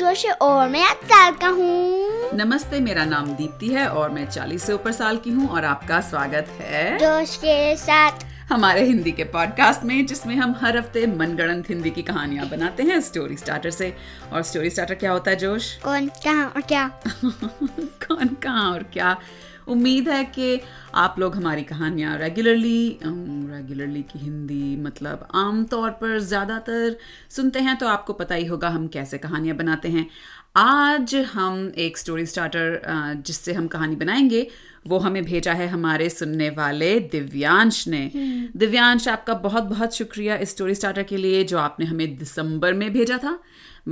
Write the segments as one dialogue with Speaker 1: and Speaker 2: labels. Speaker 1: जोश है और मैं आठ साल का हूँ
Speaker 2: नमस्ते मेरा नाम दीप्ति है और मैं 40 से ऊपर साल की हूँ और आपका स्वागत है
Speaker 1: जोश के साथ
Speaker 2: हमारे हिंदी के पॉडकास्ट में जिसमें हम हर हफ्ते मनगढ़ंत हिंदी की कहानियां बनाते हैं स्टोरी स्टार्टर से और स्टोरी स्टार्टर क्या होता है जोश
Speaker 1: कौन कहाँ और क्या
Speaker 2: कौन कहाँ और क्या उम्मीद है कि आप लोग हमारी कहानियाँ रेगुलरली रेगुलरली की हिंदी मतलब आम तौर पर ज़्यादातर सुनते हैं तो आपको पता ही होगा हम कैसे कहानियाँ बनाते हैं आज हम एक स्टोरी स्टार्टर अ, जिससे हम कहानी बनाएंगे वो हमें भेजा है हमारे सुनने वाले दिव्यांश ने दिव्यांश आपका बहुत बहुत शुक्रिया इस स्टोरी स्टार्टर के लिए जो आपने हमें दिसंबर में भेजा था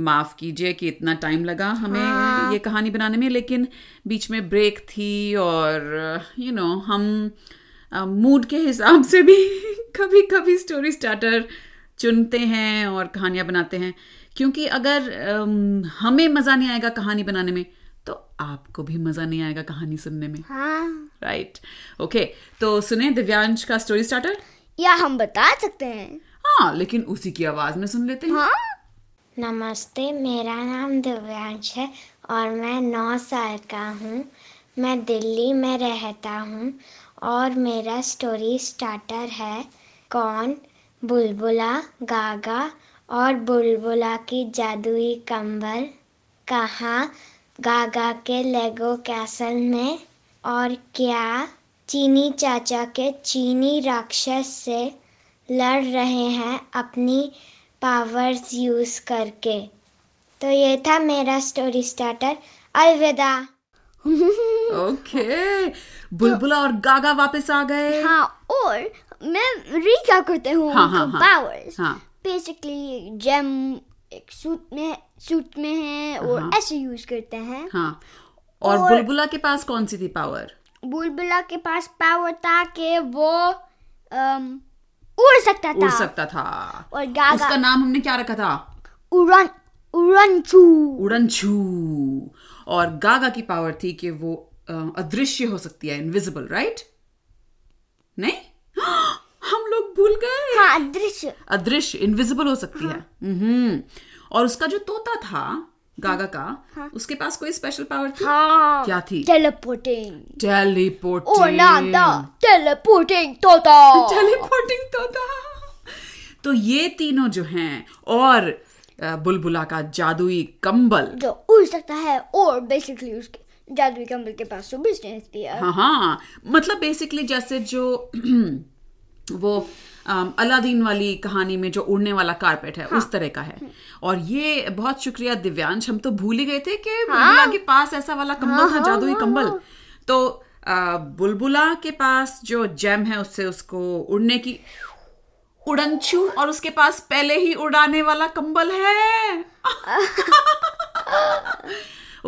Speaker 2: माफ कीजिए कि इतना टाइम लगा हमें ये कहानी बनाने में लेकिन बीच में ब्रेक थी और यू you नो know, हम मूड के हिसाब से भी कभी कभी स्टोरी स्टार्टर चुनते हैं और कहानियाँ बनाते हैं क्योंकि अगर अम, हमें मज़ा नहीं आएगा कहानी बनाने में तो आपको भी मज़ा नहीं आएगा कहानी सुनने में
Speaker 1: हाँ
Speaker 2: राइट ओके तो सुने दिव्यांश का स्टोरी स्टार्टर
Speaker 1: या हम बता सकते हैं
Speaker 2: हाँ लेकिन उसी की आवाज़ में सुन लेते हैं
Speaker 1: हाँ
Speaker 3: नमस्ते मेरा नाम दिव्यांश है तो और मैं नौ साल का हूँ मैं दिल्ली में रहता हूँ और मेरा स्टोरी स्टार्टर है कौन बुलबुला गागा और बुलबुला की जादुई कंबल कहाँ गागा के लेगो कैसल में और क्या चीनी चाचा के चीनी राक्षस से लड़ रहे हैं अपनी पावर्स यूज करके तो ये था मेरा स्टोरी स्टार्टर अलविदा
Speaker 2: ओके बुलबुला और गागा वापस आ गए
Speaker 1: तो हाँ और मैं रीका करते हूँ
Speaker 2: हाँ, हाँ, हाँ।
Speaker 1: पावर्स
Speaker 2: हाँ
Speaker 1: बेसिकली जेम एक सूट में सूट में है और ऐसे यूज करते हैं
Speaker 2: हाँ और
Speaker 1: और-
Speaker 2: बुलबुला के पास कौन सी थी पावर
Speaker 1: बुलबुला के पास पावर था कि वो अम, उड़ सकता
Speaker 2: उड़
Speaker 1: था
Speaker 2: सकता था
Speaker 1: और गागा
Speaker 2: उसका नाम हमने क्या रखा था
Speaker 1: उड़न उड़नचू
Speaker 2: उड़न छू और गागा की पावर थी कि वो अ, अदृश्य हो सकती है इनविजिबल राइट नहीं हम लोग भूल गए
Speaker 1: हाँ दृश्य
Speaker 2: अदृश्य इनविजिबल हो सकती
Speaker 1: हाँ।
Speaker 2: है हम्म और उसका जो तोता था गागा का उसके पास कोई स्पेशल पावर थी
Speaker 1: हाँ
Speaker 2: क्या थी
Speaker 1: टेलीपोर्टिंग
Speaker 2: टेलीपोर्टिंग
Speaker 1: और नाम था Tota। टेलीपोर्टिंग तोता
Speaker 2: टेलीपोर्टिंग तोता तो ये तीनों जो हैं और अ, बुलबुला का जादुई कंबल
Speaker 1: जो उड़ सकता है और बेसिकली उसके जादुई कंबल के पास सुपर स्ट्रेंथ थी
Speaker 2: हाँ हाँ मतलब बेसिकली जैसे जो वो अम, अलादीन वाली कहानी में जो उड़ने वाला कारपेट है
Speaker 1: हाँ।
Speaker 2: उस तरह का है और ये बहुत शुक्रिया दिव्यांश हम तो भूल ही गए थे कि बुलबुला के पास ऐसा वाला कंबल था
Speaker 1: हाँ,
Speaker 2: जादुई
Speaker 1: हाँ,
Speaker 2: कंबल
Speaker 1: हाँ।
Speaker 2: तो अ, बुलबुला के पास जो जैम है उससे उसको उड़ने की उड़न छू और उसके पास पहले ही उड़ाने वाला कंबल है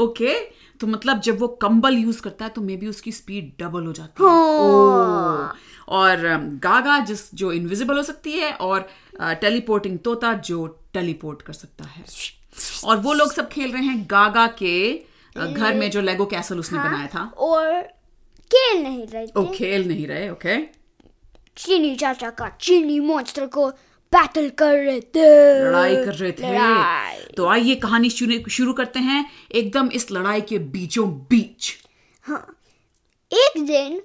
Speaker 2: ओके तो मतलब जब वो कंबल यूज करता है तो मे बी उसकी स्पीड डबल हो जाती है
Speaker 1: हाँ।
Speaker 2: ओ। और अम, गागा जिस जो इनविजिबल हो सकती है और टेलीपोर्टिंग तोता जो टेलीपोर्ट कर सकता है और वो लोग सब खेल रहे हैं गागा के अ, घर में जो लेगो कैसल उसने बनाया था
Speaker 1: और खेल नहीं रहे
Speaker 2: ओ
Speaker 1: थे
Speaker 2: खेल नहीं रहे ओके
Speaker 1: चीनी चाचा का चीनी मॉन्स्टर को बैटल कर रहे थे
Speaker 2: लड़ाई कर रहे
Speaker 1: लड़ाई।
Speaker 2: थे तो आइए कहानी शुरू शुरू करते हैं एकदम इस लड़ाई के बीचों बीच
Speaker 1: एक दिन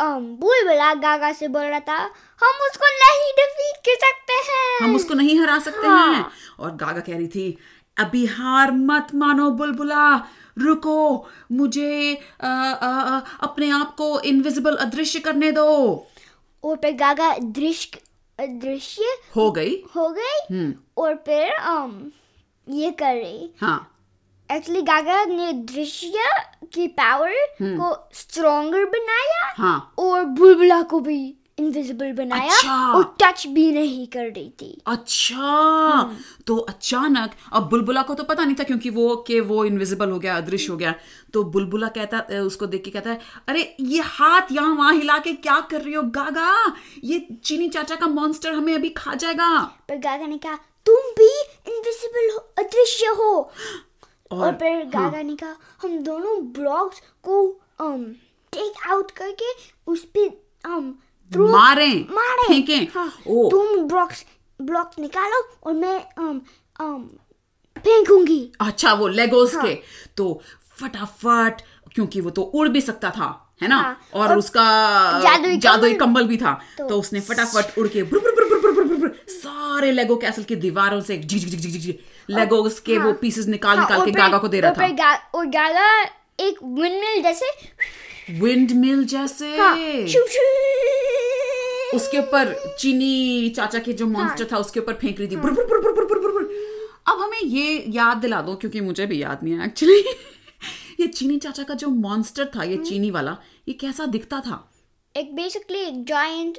Speaker 1: अम, बुलबुला गागा से बोल रहा था हम उसको नहीं डिफीट कर सकते हैं
Speaker 2: हम उसको नहीं हरा सकते
Speaker 1: हाँ।
Speaker 2: हैं और गागा कह रही थी अभी हार मत मानो बुलबुला रुको मुझे अ, अ, अ, अपने आप को इनविजिबल अदृश्य करने दो
Speaker 1: और फिर गागा दृश्य दृश्य
Speaker 2: हो गई
Speaker 1: हो गई और फिर अम, ये कर रही
Speaker 2: हाँ
Speaker 1: एक्चुअली गागा ने दृश्य की पावर को स्ट्रोंगर बनाया
Speaker 2: हाँ
Speaker 1: और बुलबुला को भी इनविजिबल बनाया
Speaker 2: अच्छा।
Speaker 1: और टच भी नहीं कर रही थी
Speaker 2: अच्छा
Speaker 1: हम्म।
Speaker 2: तो अचानक अब बुलबुला को तो पता नहीं था क्योंकि वो के वो इनविजिबल हो गया अदृश्य हो गया तो बुलबुला कहता अ, उसको देख के कहता है अरे ये हाथ यहाँ वहां हिला के क्या कर रही हो गागा ये चीनी चाचा का मॉन्स्टर हमें अभी खा जाएगा
Speaker 1: पर गागा ने कहा तुम भी इनविजिबल हो अदृश्य हो
Speaker 2: हाँ।
Speaker 1: और, फिर गागा ने कहा हम दोनों ब्लॉक्स को अम टेक आउट करके उस पे अम throw-
Speaker 2: मारें,
Speaker 1: मारें
Speaker 2: फेंकें।
Speaker 1: हाँ,
Speaker 2: ओ।
Speaker 1: तुम ब्लॉक्स ब्लॉक निकालो और मैं अम अम um, फेंकूंगी
Speaker 2: अच्छा वो लेगोस
Speaker 1: हाँ।
Speaker 2: के तो फटाफट क्योंकि वो तो उड़ भी सकता था है ना
Speaker 1: हाँ,
Speaker 2: और,
Speaker 1: और
Speaker 2: उसका
Speaker 1: जादुई
Speaker 2: जादुई
Speaker 1: कंबल-
Speaker 2: कंबल भी था
Speaker 1: तो-
Speaker 2: तो उसने फटाफट उड़ के ब्रु- ब्रु- ब्रु- ब्रु- ब्रु- ब्रु- ब्रु- सारे लेगो कैसल की दीवारों से झिक- झिक- झिक- झिक- झिक- झिक- लेगोस के वो
Speaker 1: हाँ,
Speaker 2: पीसेस निकाल
Speaker 1: हाँ,
Speaker 2: निकाल
Speaker 1: और
Speaker 2: के
Speaker 1: फिर-
Speaker 2: गागा को दे रहा
Speaker 1: और फिर
Speaker 2: था
Speaker 1: गा- और गागा एक विंडमिल जैसे
Speaker 2: विंड मिल जैसे
Speaker 1: हाँ, शुप, शुप।
Speaker 2: उसके ऊपर चीनी चाचा के जो मॉन्स्टर
Speaker 1: हाँ।
Speaker 2: था उसके ऊपर फेंक रही थी बुर बुर बुर बुर बुर बुर बुर बुर। अब हमें ये याद दिला दो क्योंकि मुझे भी याद नहीं है एक्चुअली ये चीनी चाचा का जो मॉन्स्टर था ये
Speaker 1: हम्म।
Speaker 2: चीनी वाला ये कैसा दिखता था
Speaker 1: एक बेसिकली एक giant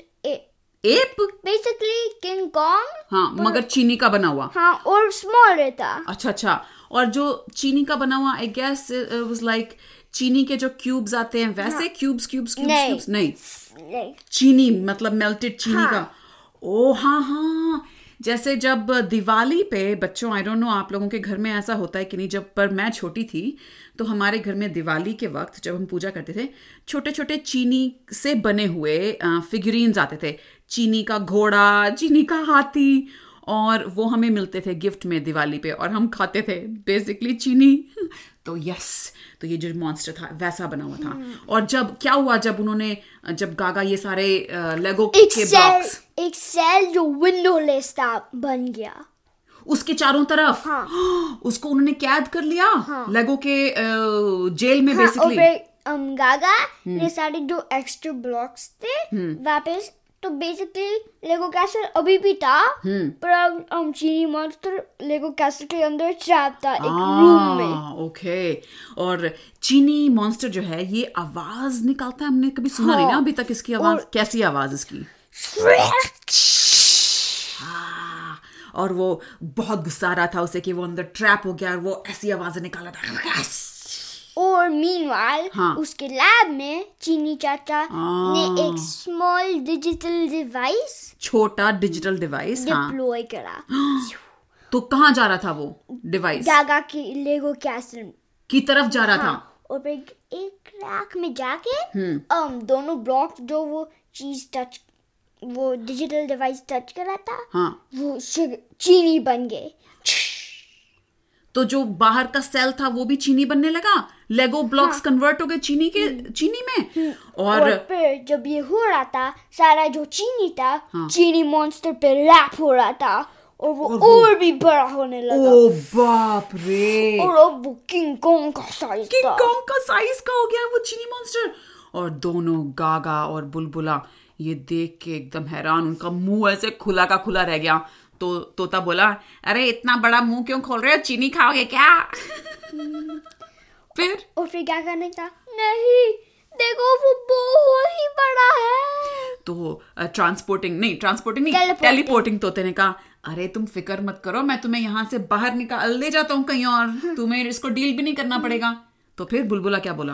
Speaker 2: ape
Speaker 1: basically King Kong
Speaker 2: हाँ मगर चीनी का बना हुआ
Speaker 1: हाँ और स्मॉल रहता
Speaker 2: अच्छा अच्छा और जो चीनी का बना हुआ आई गेस वाज लाइक चीनी के जो क्यूब्स आते हैं वैसे क्यूब्स क्यूब्स क्यूब्स
Speaker 1: हाँ। नहीं।
Speaker 2: क्यूब्स नहीं
Speaker 1: नहीं
Speaker 2: चीनी मतलब मेल्टेड चीनी
Speaker 1: हाँ।
Speaker 2: का ओ हाँ हाँ जैसे जब दिवाली पे बच्चों आई डोंट नो आप लोगों के घर में ऐसा होता है कि नहीं जब पर मैं छोटी थी तो हमारे घर में दिवाली के वक्त जब हम पूजा करते थे छोटे छोटे चीनी से बने हुए फिगरीन्स आते थे चीनी का घोड़ा चीनी का हाथी और वो हमें मिलते थे गिफ्ट में दिवाली पे और हम खाते थे बेसिकली चीनी तो यस तो ये जो मॉन्स्टर था वैसा बना हुआ था और जब क्या हुआ जब उन्होंने जब गागा ये सारे लेगो
Speaker 1: एक
Speaker 2: के
Speaker 1: सेल
Speaker 2: ब्लॉक्स
Speaker 1: एक सेल जो विंडोलेस था बन गया
Speaker 2: उसके चारों तरफ
Speaker 1: हाँ।
Speaker 2: उसको उन्होंने कैद कर लिया लेगो के अ, जेल में
Speaker 1: हाँ, और
Speaker 2: बेसिकली
Speaker 1: फिर um, गागा ने सारे जो एक्स्ट्रा ब्लॉक्स थे वापस तो बेसिकली लेगो कैसल अभी भी था पर अब um, चीनी मॉन्स्टर लेगो कैसल के अंदर ट्रैप था एक
Speaker 2: Ah.
Speaker 1: रूम में
Speaker 2: ओके हाँ, और चीनी मॉन्स्टर जो है ये आवाज निकालता है हमने कभी सुना
Speaker 1: हाँ।
Speaker 2: नहीं ना अभी तक इसकी आवाज
Speaker 1: और-
Speaker 2: कैसी आवाज इसकी हाँ, और वो बहुत गुस्सा आ रहा था उसे कि वो अंदर ट्रैप हो गया और वो ऐसी आवाजें निकाला था
Speaker 1: और मीनवाइल
Speaker 2: हाँ।
Speaker 1: उसके लैब में चीनी चाचा ने
Speaker 2: हाँ।
Speaker 1: एक स्मॉल डिजिटल डिवाइस
Speaker 2: छोटा डिजिटल डिवाइस हाँ
Speaker 1: डिप्लॉय करा
Speaker 2: तो कहाँ जा रहा था वो डिवाइस
Speaker 1: गागा की लेगो कैसल
Speaker 2: की तरफ जा
Speaker 1: हाँ।
Speaker 2: रहा था
Speaker 1: और फिर एक क्रैक में जाके
Speaker 2: हम्म।
Speaker 1: um, दोनों ब्लॉक जो वो चीज टच वो डिजिटल डिवाइस टच करा था
Speaker 2: हाँ
Speaker 1: वो sugar- चीनी बन गए
Speaker 2: तो जो बाहर का सेल था वो भी चीनी बनने लगा लेगो ब्लॉक्स कन्वर्ट हो गए चीनी के चीनी में
Speaker 1: हम्म।
Speaker 2: और
Speaker 1: फिर जब ये हो रहा था सारा जो चीनी था
Speaker 2: हाँ।
Speaker 1: चीनी मॉन्स्टर पे रैप हो रहा था और वो और, भी बड़ा होने लगा
Speaker 2: ओ बाप रे
Speaker 1: और अब वो किंग कॉन्ग का साइज
Speaker 2: किंग
Speaker 1: था
Speaker 2: कॉन्ग का साइज का हो गया वो चीनी मॉन्स्टर और दोनों गागा और बुलबुला ये देख के एकदम हैरान उनका मुंह ऐसे खुला का खुला रह गया तो तोता बोला अरे इतना बड़ा मुंह क्यों खोल रहे हो चीनी खाओगे क्या फिर
Speaker 1: और फिर क्या करने का नहीं देखो वो बहुत ही बड़ा है
Speaker 2: तो ट्रांसपोर्टिंग नहीं ट्रांसपोर्टिंग नहीं
Speaker 1: Teleporting.
Speaker 2: टेलीपोर्टिंग तोते ने कहा अरे तुम फिक्र मत करो मैं तुम्हें यहाँ से बाहर निकाल ले जाता हूँ कहीं और तुम्हें इसको डील भी नहीं करना पड़ेगा तो फिर बुलबुला क्या बोला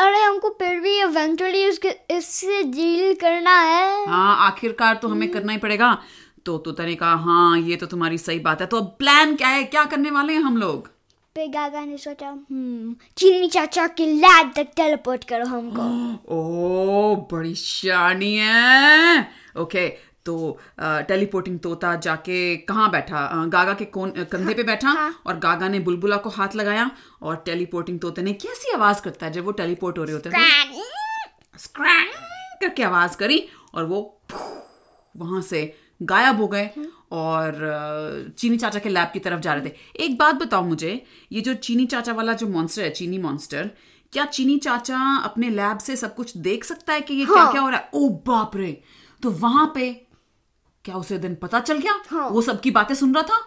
Speaker 1: अरे हमको फिर भी इवेंचुअली उसके इससे डील करना है
Speaker 2: हाँ आखिरकार तो हमें करना ही पड़ेगा तो तोता ने कहा हाँ ये तो तुम्हारी सही बात है तो अब प्लान क्या है क्या करने वाले हैं हम लोग
Speaker 1: पे गागा ने सोचा "हम्म, चीनी चाचा के लैब तक टेलीपोर्ट करो हमको
Speaker 2: Hmm. ओ बड़ी शानी है ओके तो टेलीपोर्टिंग तोता जाके कहाँ बैठा अ, गागा के कोन अ, कंधे पे बैठा और गागा ने बुलबुला को हाथ लगाया और टेलीपोर्टिंग तोते ने कैसी आवाज करता है जब वो टेलीपोर्ट हो रहे होते हैं तो स्क्रैंग करके आवाज करी और वो वहां से गायब हो गए और अ, चीनी चाचा के लैब की तरफ जा रहे थे एक बात बताओ मुझे ये जो चीनी चाचा वाला जो मॉन्स्टर है चीनी मॉन्स्टर क्या चीनी चाचा अपने लैब से सब कुछ देख सकता है कि ये क्या
Speaker 1: हाँ।
Speaker 2: क्या हो रहा है ओ बाप रे तो वहां पे क्या उसे दिन पता चल गया
Speaker 1: हाँ। हम्म।
Speaker 2: वो सबकी बातें सुन रहा था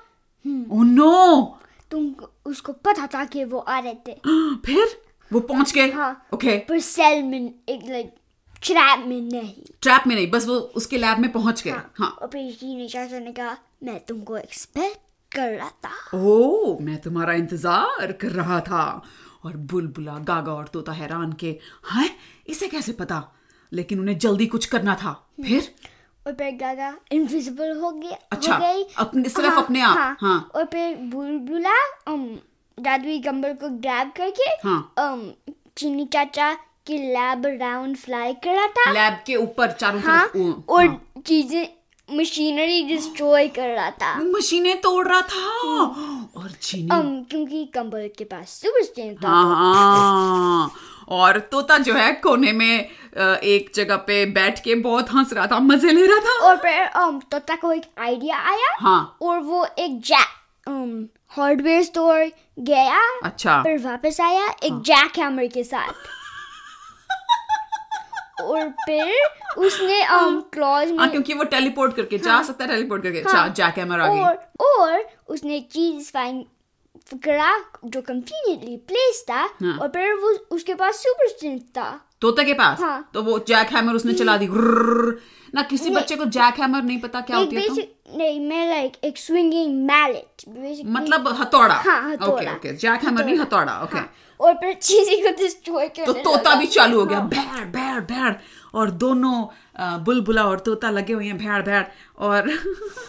Speaker 2: ओ नो
Speaker 1: तुम उसको पता था कि वो आ रहे थे
Speaker 2: फिर वो पहुंच गए
Speaker 1: हाँ।
Speaker 2: ओके
Speaker 1: पर सेल में एक लाइक ट्रैप में नहीं
Speaker 2: ट्रैप में नहीं बस वो उसके लैब में पहुंच गए हाँ
Speaker 1: और फिर चीनी चाचा ने कहा मैं तुमको एक्सपेक्ट कर रहा था
Speaker 2: ओह मैं तुम्हारा इंतजार कर रहा था और बुलबुला गागा और तोता हैरान के हैं इसे कैसे पता लेकिन उन्हें जल्दी कुछ करना था फिर
Speaker 1: और फिर गागा इनविजिबल हो गया
Speaker 2: अच्छा,
Speaker 1: हो गई
Speaker 2: अपने- सिर्फ अपने आप, हाँ।
Speaker 1: और फिर बुलबुला um, जादुई कंबल को ग्रैब करके
Speaker 2: हाँ।
Speaker 1: um, चीनी चाचा की लैब राउंड फ्लाई करा था
Speaker 2: लैब के ऊपर चारों
Speaker 1: हाँ
Speaker 2: तरफ ओ,
Speaker 1: और
Speaker 2: हाँ,
Speaker 1: चीजें मशीनरी डिस्ट्रॉय कर रहा था
Speaker 2: मशीनें तोड़ रहा था और चीनी
Speaker 1: um, क्योंकि कंबल के पास सुपर स्टेन था
Speaker 2: हाँ और तोता जो है कोने में अ, एक जगह पे बैठ के बहुत हंस रहा था मजे ले रहा था
Speaker 1: और फिर um, तोता को एक आइडिया आया
Speaker 2: हाँ
Speaker 1: और वो एक जैक um, हार्डवेयर स्टोर गया
Speaker 2: अच्छा
Speaker 1: पर वापस आया
Speaker 2: हाँ।
Speaker 1: एक जैक हैमर के साथ और फिर उसने um, क्लॉज
Speaker 2: हाँ
Speaker 1: में
Speaker 2: क्योंकि वो टेलीपोर्ट करके
Speaker 1: हाँ।
Speaker 2: जा सकता है टेलीपोर्ट करके अच्छा जैक हैमर आ गई
Speaker 1: और और उसने एक चीज फाइंड करा जो कंवीनियंटली प्लेस था
Speaker 2: हाँ।
Speaker 1: और फिर वो उसके पास सुपर स्ट्रेंथ था
Speaker 2: तोता के पास
Speaker 1: हाँ।
Speaker 2: तो वो जैक हैमर उसने चला दी गुर्र। ना किसी
Speaker 1: नहीं।
Speaker 2: बच्चे को जैक हैमर नहीं पता क्या
Speaker 1: एक
Speaker 2: होती है तो
Speaker 1: बेसिक नहीं मैं लाइक एक स्विंगिंग मैलेट
Speaker 2: मतलब हथौड़ा
Speaker 1: हाँ, हथौड़ा। हाँ।
Speaker 2: ओके ओके जैक हैमर नहीं हथौड़ा ओके
Speaker 1: और फिर चीजी को डिस्ट्रॉय
Speaker 2: तो
Speaker 1: करने
Speaker 2: तोता
Speaker 1: लगा।
Speaker 2: भी चालू हो गया
Speaker 1: हाँ।
Speaker 2: भैड़ भैड़ भैड़ और दोनों अ, बुलबुला और तोता लगे हुए हैं भैड़ भैड़ और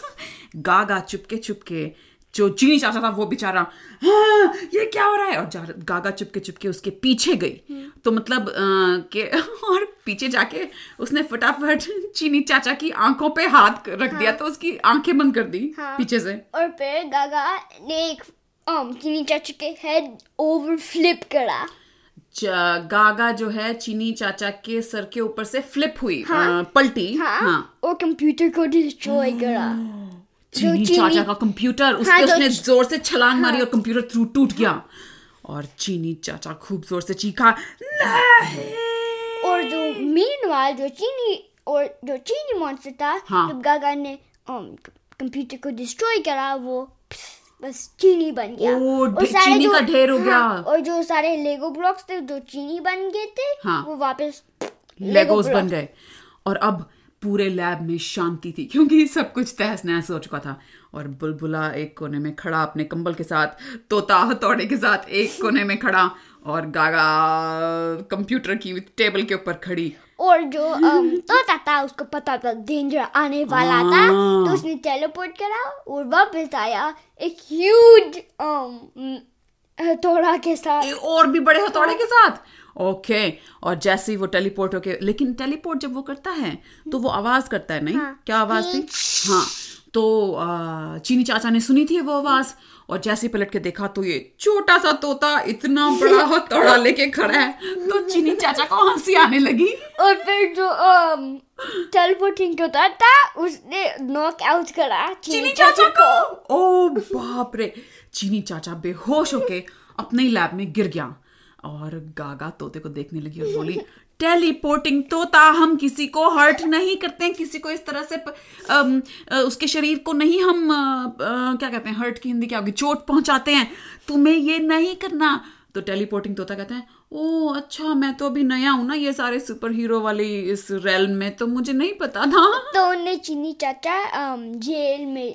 Speaker 2: गागा चुपके चुपके जो चीनी चाचा था वो बेचारा "हाँ, ये क्या हो रहा है और जा- गागा चुपके चुपके उसके पीछे गई
Speaker 1: हम्म।
Speaker 2: तो मतलब अ, के और पीछे जाके उसने फटाफट चीनी चाचा की आंखों पे हाथ रख दिया तो उसकी आंखें बंद कर दी
Speaker 1: हाँ।
Speaker 2: पीछे से
Speaker 1: और फिर गागा ने एक um, किनी चाची के हेड ओवर फ्लिप करा
Speaker 2: च- गागा जो है चीनी चाचा के सर के ऊपर से फ्लिप हुई अ,
Speaker 1: हाँ।
Speaker 2: पलटी
Speaker 1: हाँ, और कंप्यूटर को डिस्ट्रॉय करा जो
Speaker 2: चीनी
Speaker 1: चीनी-
Speaker 2: चाचा का कंप्यूटर उस
Speaker 1: हाँ,
Speaker 2: पे
Speaker 1: जो हाँ।
Speaker 2: उसने जोर से छलांग मारी और कंप्यूटर थ्रू टूट गया और चीनी चाचा खूब जोर से चीखा नहीं
Speaker 1: और जो मीनवाल जो चीनी और जो चीनी मॉन्स्टर था
Speaker 2: हाँ।
Speaker 1: जब गागा ने um, कंप्यूटर को डिस्ट्रॉय करा वो बस चीनी बन गया
Speaker 2: ओ,
Speaker 1: और
Speaker 2: ढे-
Speaker 1: सारे
Speaker 2: चीनी
Speaker 1: जो-
Speaker 2: का ढेर हो गया।
Speaker 1: हाँ, और जो सारे लेगो ब्लॉक्स थे जो चीनी बन गए थे
Speaker 2: हाँ।
Speaker 1: वो वापस
Speaker 2: लेगोस बन
Speaker 1: ब्लॉक।
Speaker 2: गए और अब पूरे लैब में शांति थी क्योंकि सब कुछ तहस नहस हो चुका था और बुलबुला एक कोने में खड़ा अपने कंबल के साथ तोता हथौड़े के साथ एक कोने में खड़ा और गागा कंप्यूटर की टेबल के ऊपर खड़ी
Speaker 1: और जो um, तोता था उसको पता था डेंजर आने वाला था
Speaker 2: हाँ।
Speaker 1: तो उसने टेलीपोर्ट करा और वापस आया एक ह्यूज हथौड़ा के साथ हाँ।
Speaker 2: ए- और भी बड़े हथौड़े के साथ ओके और जैसे ही वो टेलीपोर्ट होके लेकिन टेलीपोर्ट जब वो करता है तो वो आवाज करता है नहीं
Speaker 1: हाँ।
Speaker 2: क्या आवाज थी हाँ तो आ, चीनी चाचा ने सुनी थी वो आवाज और जैसे ही पलट के देखा तो ये छोटा सा तोता इतना बड़ा हथौड़ा लेके खड़ा है तो चीनी चाचा को हंसी आने लगी
Speaker 1: और फिर जो टेलीपोर्टिंग होता था उसने नॉक आउट करा
Speaker 2: चीनी चाचा को ओ बाप रे चीनी चाचा बेहोश होके अपने ही लैब में गिर गया और गागा तोते को देखने लगी और बोली टेलीपोर्टिंग तोता हम किसी को हर्ट नहीं करते हैं, किसी को इस तरह से प, अम, अ, उसके शरीर को नहीं हम अ, अ, क्या कहते हैं हर्ट की हिंदी क्या होगी चोट पहुंचाते हैं तुम्हें ये नहीं करना तो टेलीपोर्टिंग तोता कहते हैं ओ अच्छा मैं तो अभी नया हूं ना ये सारे सुपर हीरो वाली इस रेल में तो मुझे नहीं पता था
Speaker 1: तो उन्हें चीनी चाचा um, जेल में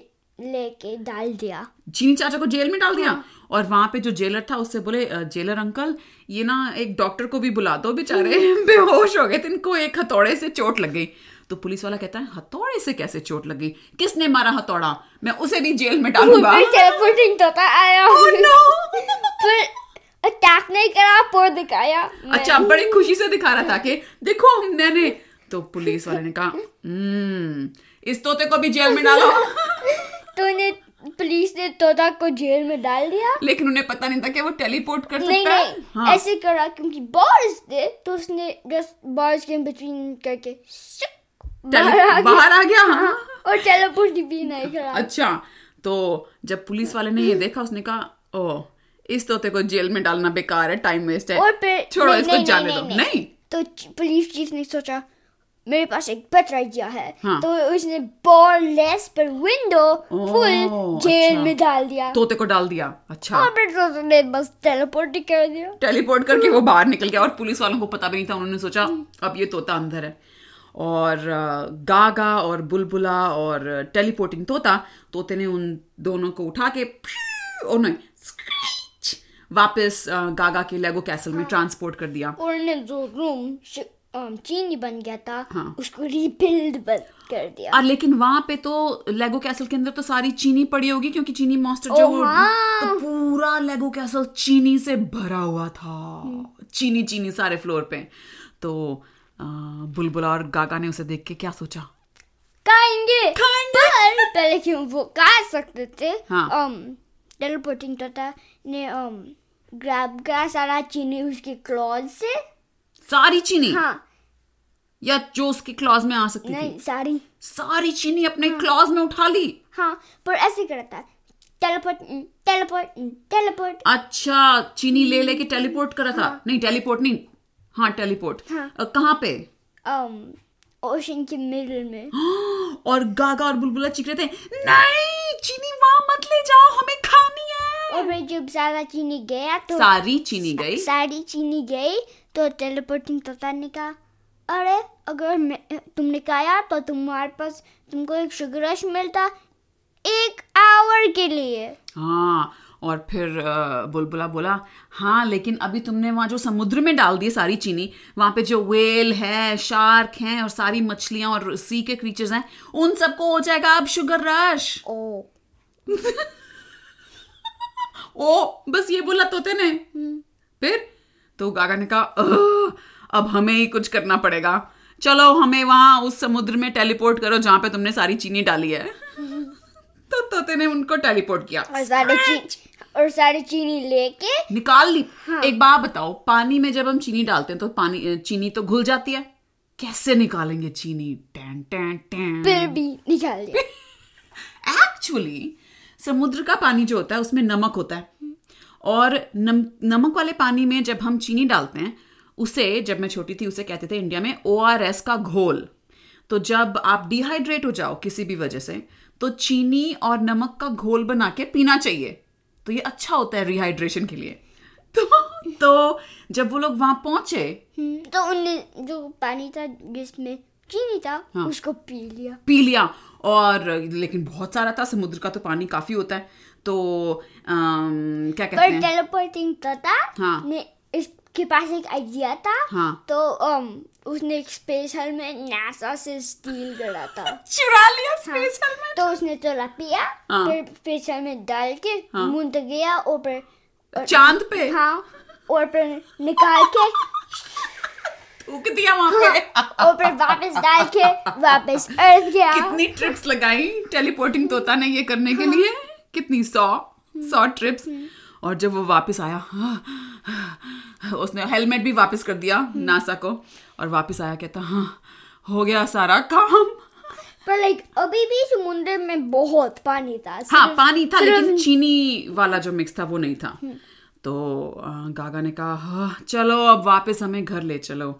Speaker 1: लेके डाल दिया
Speaker 2: चीनी चाचा को जेल में डाल दिया
Speaker 1: हाँ।
Speaker 2: और वहां पे जो जेलर था उससे बोले "अ, जेलर अंकल ये ना एक डॉक्टर को भी बुला दो बेचारे बेहोश हो गए थे इनको एक हथौड़े से चोट लग गई तो पुलिस वाला कहता है हथौड़े से कैसे चोट लगी किसने मारा हथौड़ा मैं उसे भी जेल में
Speaker 1: और
Speaker 2: डालूंगा
Speaker 1: फिर टेलीपोर्टिंग तोता आया
Speaker 2: Oh No!
Speaker 1: फिर अटैक नहीं करा पर दिखाया
Speaker 2: अच्छा बड़ी खुशी से दिखा रहा था कि देखो मैंने तो पुलिस वाले ने कहा "हम्म, इस तोते को भी जेल में डालो
Speaker 1: तो उन्हें पुलिस ने तोता को जेल में डाल दिया
Speaker 2: लेकिन उन्हें पता नहीं था कि वो टेलीपोर्ट कर
Speaker 1: नहीं
Speaker 2: सकता है
Speaker 1: नहीं
Speaker 2: हाँ।
Speaker 1: ऐसे करा क्योंकि बारिश थे तो उसने जस्ट बारिश के बिटवीन करके शुक
Speaker 2: टेली-
Speaker 1: बाहर आ गया
Speaker 2: बाहर आ गया
Speaker 1: हाँ,
Speaker 2: हाँ।
Speaker 1: और टेलीपोर्ट भी नहीं करा
Speaker 2: अच्छा तो जब पुलिस वाले
Speaker 1: हम्म।
Speaker 2: ने ये देखा उसने कहा ओ इस तोते को जेल में डालना बेकार है टाइम वेस्ट है
Speaker 1: और फिर
Speaker 2: छोड़ो
Speaker 1: नहीं,
Speaker 2: इसको
Speaker 1: नहीं,
Speaker 2: जाने
Speaker 1: नहीं,
Speaker 2: दो
Speaker 1: नहीं,
Speaker 2: नहीं
Speaker 1: तो च- पुलिस चीफ ने सोचा मेरे पास एक बेटर आइडिया है
Speaker 2: हाँ।
Speaker 1: तो उसने बॉललेस पर विंडो फुल जेल
Speaker 2: अच्छा।
Speaker 1: में डाल दिया
Speaker 2: तोते को डाल दिया अच्छा
Speaker 1: और फिर तो ने बस टेलीपोर्ट ही कर दिया
Speaker 2: टेलीपोर्ट करके
Speaker 1: हम्म।
Speaker 2: वो बाहर निकल गया और पुलिस वालों को पता भी नहीं था उन्होंने सोचा अब ये तोता अंदर है और अ, गागा और बुलबुला और टेलीपोर्टिंग तोता तोते ने उन दोनों को उठा के ओ नहीं screech, वापस अ, गागा के लेगो कैसल
Speaker 1: हाँ।
Speaker 2: में ट्रांसपोर्ट कर दिया
Speaker 1: और ने जो रूम श- अम, चीनी बन गया था
Speaker 2: हाँ।
Speaker 1: उसको रिबिल्ड कर दिया
Speaker 2: और लेकिन वहां पे तो लेगो कैसल के अंदर तो सारी चीनी पड़ी होगी क्योंकि चीनी मॉन्स्टर
Speaker 1: ओ
Speaker 2: जो वो-
Speaker 1: हाँ।
Speaker 2: तो पूरा लेगो कैसल चीनी से भरा हुआ था
Speaker 1: हम्म।
Speaker 2: चीनी चीनी सारे फ्लोर पे तो अ, बुलबुला और गागा ने उसे देख के क्या सोचा
Speaker 1: खाएंगे
Speaker 2: खाएंगे।
Speaker 1: पर पहले क्यों वो खा सकते थे
Speaker 2: हाँ।
Speaker 1: um टेलीपोर्टिंग टाटा ने um ग्रैब का सारा चीनी उसके क्लॉज से
Speaker 2: सारी चीनी
Speaker 1: हाँ
Speaker 2: या जो उसके क्लॉज में आ सकती थी
Speaker 1: नहीं सारी
Speaker 2: सारी चीनी अपने क्लॉज में उठा ली
Speaker 1: हाँ पर ऐसे करता है टेलीपोर्ट टेलीपोर्ट टेलीपोर्ट
Speaker 2: अच्छा चीनी
Speaker 1: हम्म।
Speaker 2: ले लेके टेलीपोर्ट करा था नहीं टेलीपोर्ट नहीं हाँ टेलीपोर्ट
Speaker 1: हाँ।
Speaker 2: अ, कहाँ पे
Speaker 1: um ओशन के मिडल में
Speaker 2: और गागा और बुलबुला चीख रहे थे नहीं चीनी वहां मत ले जाओ हमें खानी है
Speaker 1: और फिर जब सारा चीनी गया तो
Speaker 2: सारी चीनी गई
Speaker 1: सारी चीनी गई तो टेलीपोर्टिंग तोता ने कहा अरे अगर मैं- तुमने खाया तो तुम्हारे पास तुमको एक शुगर रश मिलता एक आवर के लिए
Speaker 2: हाँ और फिर अ, बुलबुला बोला हाँ लेकिन अभी तुमने वहाँ जो समुद्र में डाल दी है सारी चीनी वहाँ पे जो वेल है शार्क हैं और सारी मछलियाँ और सी के क्रीचर्स हैं उन सबको हो जाएगा अब शुगर रश
Speaker 1: ओ
Speaker 2: ओ बस ये बोला तोते ने
Speaker 1: हम्म।
Speaker 2: फिर तो गागा ने कहा "अ, अब हमें ही कुछ करना पड़ेगा चलो हमें वहां उस समुद्र में टेलीपोर्ट करो जहां पे तुमने सारी चीनी डाली है तो तोते ने उनको टेलीपोर्ट किया
Speaker 1: और सारी चीनी और सारी चीनी लेके
Speaker 2: निकाल ली एक बात बताओ पानी में जब हम चीनी डालते हैं तो पानी चीनी तो घुल जाती है कैसे निकालेंगे चीनी टैन टैन टैन
Speaker 1: फिर भी निकाल दिया
Speaker 2: एक्चुअली समुद्र का पानी जो होता है उसमें नमक होता है और नम, नमक वाले पानी में जब हम चीनी डालते हैं उसे जब मैं छोटी थी उसे कहते थे इंडिया में ओ का घोल तो जब आप डिहाइड्रेट हो जाओ किसी भी वजह से तो चीनी और नमक का घोल बना के पीना चाहिए तो ये अच्छा होता है रिहाइड्रेशन के लिए तो तो जब वो लोग वहां पहुंचे
Speaker 1: हम्म, तो उनने जो पानी था जिसमें चीनी था
Speaker 2: हाँ।
Speaker 1: उसको पी लिया
Speaker 2: पी लिया और लेकिन बहुत सारा था समुद्र का तो पानी काफी होता है तो अम, क्या कहते
Speaker 1: पर
Speaker 2: हैं
Speaker 1: टेलीपोर्टिंग तोता
Speaker 2: हाँ।
Speaker 1: तो ने इसके पास एक आइडिया था
Speaker 2: हाँ।
Speaker 1: तो um, उसने एक स्पेशल में नासा से स्टील करा था
Speaker 2: चुरा लिया स्पेस
Speaker 1: हाँ, तो उसने थोड़ा पिया
Speaker 2: हाँ।
Speaker 1: फिर स्पेशल में डाल के
Speaker 2: हाँ।
Speaker 1: मुंह तक गया और पर
Speaker 2: हेलमेट चांद पे
Speaker 1: हाँ और पर निकाल के
Speaker 2: थूक दिया वहां पे
Speaker 1: और पर वापस डाल के वापस अर्थ गया
Speaker 2: कितनी ट्रिप्स लगाई टेलीपोर्टिंग तोता ने ये करने के लिए कितनी सौ सौ ट्रिप्स और जब वो वापस आया हाँ, हाँ, हाँ, उसने हेलमेट भी वापस कर दिया नासा को और वापस आया कहता हाँ हो गया सारा काम
Speaker 1: पर लाइक अभी भी समुद्र में बहुत पानी था
Speaker 2: हाँ
Speaker 1: सिर्फ-
Speaker 2: पानी था
Speaker 1: सिर्फ- हम्म।
Speaker 2: लेकिन चीनी वाला जो मिक्स था वो नहीं था तो अ, गागा ने कहा "हाँ, चलो अब वापस हमें घर ले चलो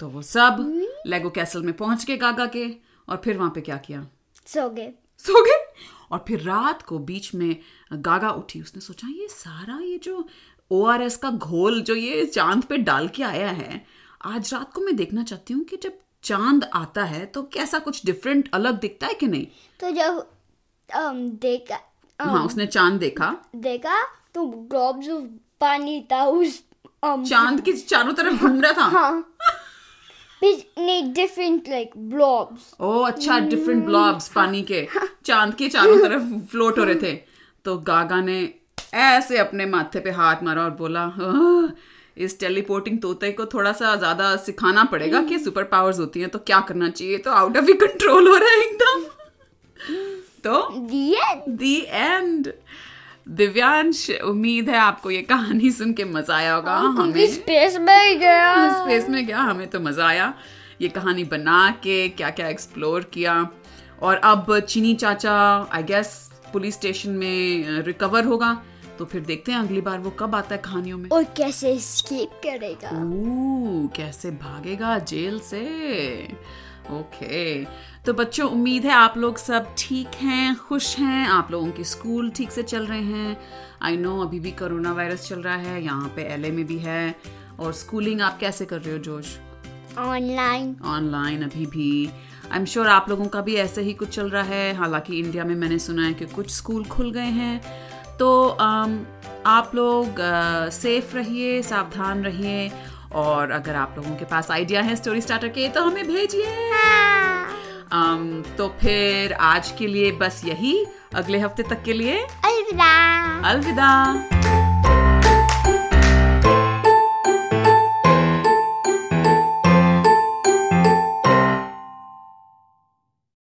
Speaker 2: तो वो सब
Speaker 1: हम्म।
Speaker 2: लेगो कैसल में पहुंच के गागा के और फिर वहां पे क्या किया
Speaker 1: सो गए
Speaker 2: सो गए और फिर रात को बीच में गागा उठी उसने सोचा ये सारा ये जो ओ का घोल जो ये चांद पे डाल के आया है आज रात को मैं देखना चाहती हूँ कि जब चांद आता है तो कैसा कुछ डिफरेंट अलग दिखता है कि नहीं
Speaker 1: तो जब um, देखा um,
Speaker 2: हाँ उसने चांद देखा
Speaker 1: देखा तो ग्लोब्स ऑफ पानी था उस um,
Speaker 2: चांद के चारों तरफ घूम रहा था
Speaker 1: हाँ Which need different like blobs.
Speaker 2: ओ अच्छा डिफरेंट ब्लॉब्स पानी के चांद के चारों तरफ फ्लोट हो रहे थे तो गागा ने ऐसे अपने माथे पे हाथ मारा और बोला "आह, इस टेलीपोर्टिंग तोते को थोड़ा सा ज्यादा सिखाना पड़ेगा कि सुपर पावर्स होती हैं तो क्या करना चाहिए तो आउट ऑफ ही कंट्रोल हो रहा है एकदम तो
Speaker 1: The end.
Speaker 2: The end Divyansh उम्मीद है आपको ये कहानी सुन के मजा आया होगा हमें
Speaker 1: क्योंकि स्पेस में गया
Speaker 2: स्पेस में गया हमें तो मजा आया ये कहानी बना के क्या क्या एक्सप्लोर किया और अब Cheeni Chacha I guess police station में रिकवर होगा तो फिर देखते हैं अगली बार वो कब आता है कहानियों में
Speaker 1: और कैसे escape करेगा
Speaker 2: ओह, कैसे भागेगा जेल से ओके तो बच्चों उम्मीद है आप लोग सब ठीक हैं खुश हैं आप लोगों के स्कूल ठीक से चल रहे हैं आई नो अभी भी कोरोना वायरस चल रहा है यहाँ पे एलए में भी है और स्कूलिंग आप कैसे कर रहे हो जोश
Speaker 1: ऑनलाइन
Speaker 2: ऑनलाइन अभी भी आई एम श्योर आप लोगों का भी ऐसे ही कुछ चल रहा है हालांकि इंडिया में मैंने सुना है कि कुछ स्कूल खुल गए हैं तो अम, आप लोग सेफ रहिए सावधान रहिए और अगर आप लोगों के पास आइडिया है स्टोरी स्टार्टर के तो हमें भेजिए अम, तो फिर आज के लिए बस यही अगले हफ्ते तक के लिए
Speaker 1: अलविदा
Speaker 2: अलविदा